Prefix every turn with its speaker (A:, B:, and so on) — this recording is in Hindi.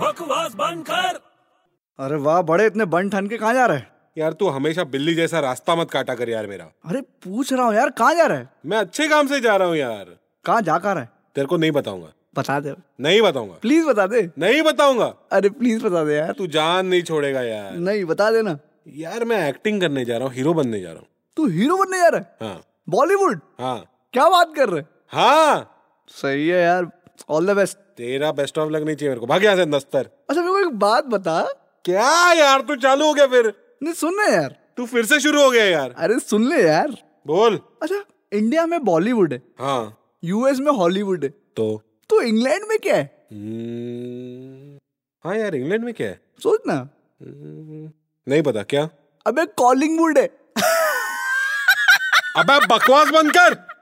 A: बकवास बंद कर
B: अरे वाह बड़े इतने बन ठन के कहाँ जा रहे हैं
C: यार तू हमेशा बिल्ली जैसा रास्ता मत काटा कर यार मेरा
B: अरे पूछ रहा हूँ यार कहाँ जा रहा है
C: मैं अच्छे काम से जा रहा हूँ यार
B: कहाँ जा कहाँ रहा है
C: तेरे को नहीं बताऊंगा
B: बता दे
C: नहीं बताऊंगा
B: प्लीज बता दे
C: नहीं बताऊंगा
B: अरे प्लीज बता दे यार
C: तू जान नहीं छोड़ेगा यार
B: नहीं बता देना
C: यार मैं एक्टिंग करने जा रहा हूँ हीरो बनने जा रहा हूँ
B: तू हीरो बनने जा रहा है
C: हाँ
B: बॉलीवुड
C: हाँ
B: क्या बात कर रहे
C: हाँ
B: सही है यार ऑल द बेस्ट
C: तेरा बेस्ट ऑफ लगनी चाहिए मेरे को भाग यहाँ से नस्तर
B: अच्छा मेरे को एक बात बता
C: क्या यार तू चालू हो गया फिर
B: नहीं सुन ना यार
C: तू फिर से शुरू हो गया यार
B: अरे सुन ले यार
C: बोल
B: अच्छा इंडिया में बॉलीवुड है
C: हाँ
B: यूएस में हॉलीवुड है
C: तो
B: तो इंग्लैंड में क्या है
C: हम्म, हाँ यार इंग्लैंड में क्या है
B: सोच ना
C: हम्म, नहीं पता क्या
B: अबे कॉलिंगवुड है
C: अबे बकवास बंद कर